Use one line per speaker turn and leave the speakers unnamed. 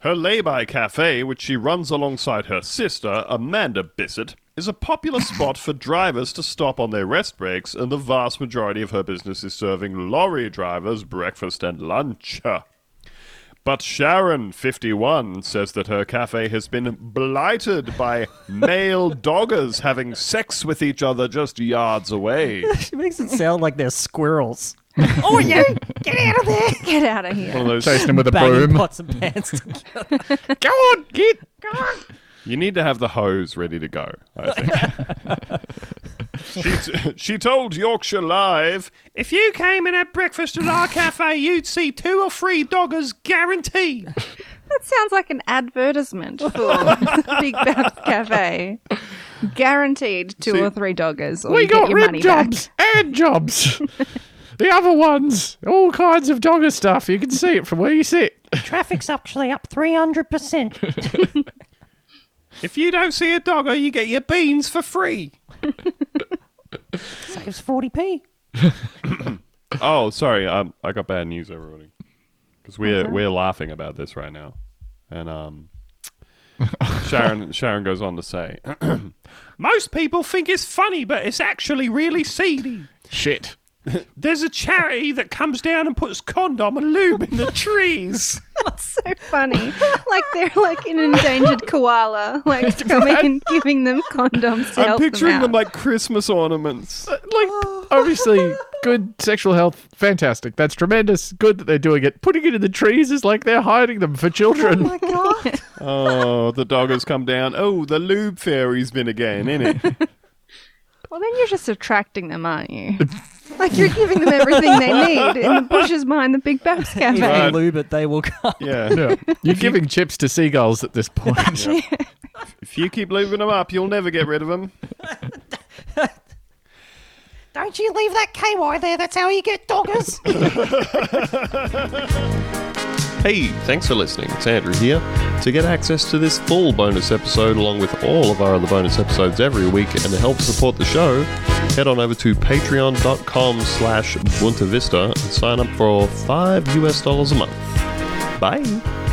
Her lay-by cafe, which she runs alongside her sister, Amanda Bissett, is a popular spot for drivers to stop on their rest breaks, and the vast majority of her business is serving lorry drivers breakfast and lunch. But Sharon, 51, says that her cafe has been blighted by male doggers having sex with each other just yards away.
She makes it sound like they're squirrels.
Oh, yeah. Get out of there. Get out of
One
here.
of those
Chasing him with a
Banging
broom.
pots and pans together.
Go on, get go on. You need to have the hose ready to go. I think. she, t- she told Yorkshire Live, "If you came and had breakfast at our cafe, you'd see two or three doggers, guaranteed."
That sounds like an advertisement for Big Bath Cafe. Guaranteed two
See,
or three doggers. Or
We
you get
got
your
rib
money
jobs
Back.
and jobs. the other ones, all kinds of dogger stuff. You can see it from where you sit.
Traffic's actually up 300%.
If you don't see a dogger, you get your beans for free.
Saves 40p.
Oh, sorry, um, I got bad news, everybody, because we're we're laughing about this right now, and um, Sharon Sharon goes on to say, "Most people think it's funny, but it's actually really seedy."
Shit.
There's a charity that comes down and puts condom and lube in the trees.
That's so funny. Like they're like an endangered koala, like coming and giving them condoms to help them, out.
like Christmas ornaments.
Uh, Like, obviously, good sexual health, fantastic. That's tremendous. Good that they're doing it. Putting it in the trees is like they're hiding them for children.
Oh, the dog has come down. Oh, the lube fairy's been again, isn't it?
Well, then you're just attracting them, aren't you? like you're giving them everything they need in the bushes behind the Big Babs
If
Cafe.
you lube it, they will come.
Yeah.
Yeah. You're giving chips to seagulls at this point.
If you keep lubing them up, you'll never get rid of them.
Don't you leave that KY there. That's how you get doggers.
Hey, thanks for listening. It's Andrew here. To get access to this full bonus episode, along with all of our other bonus episodes every week, and to help support the show, head on over to patreon.com slash Bunta Vista and sign up for five US dollars a month. Bye.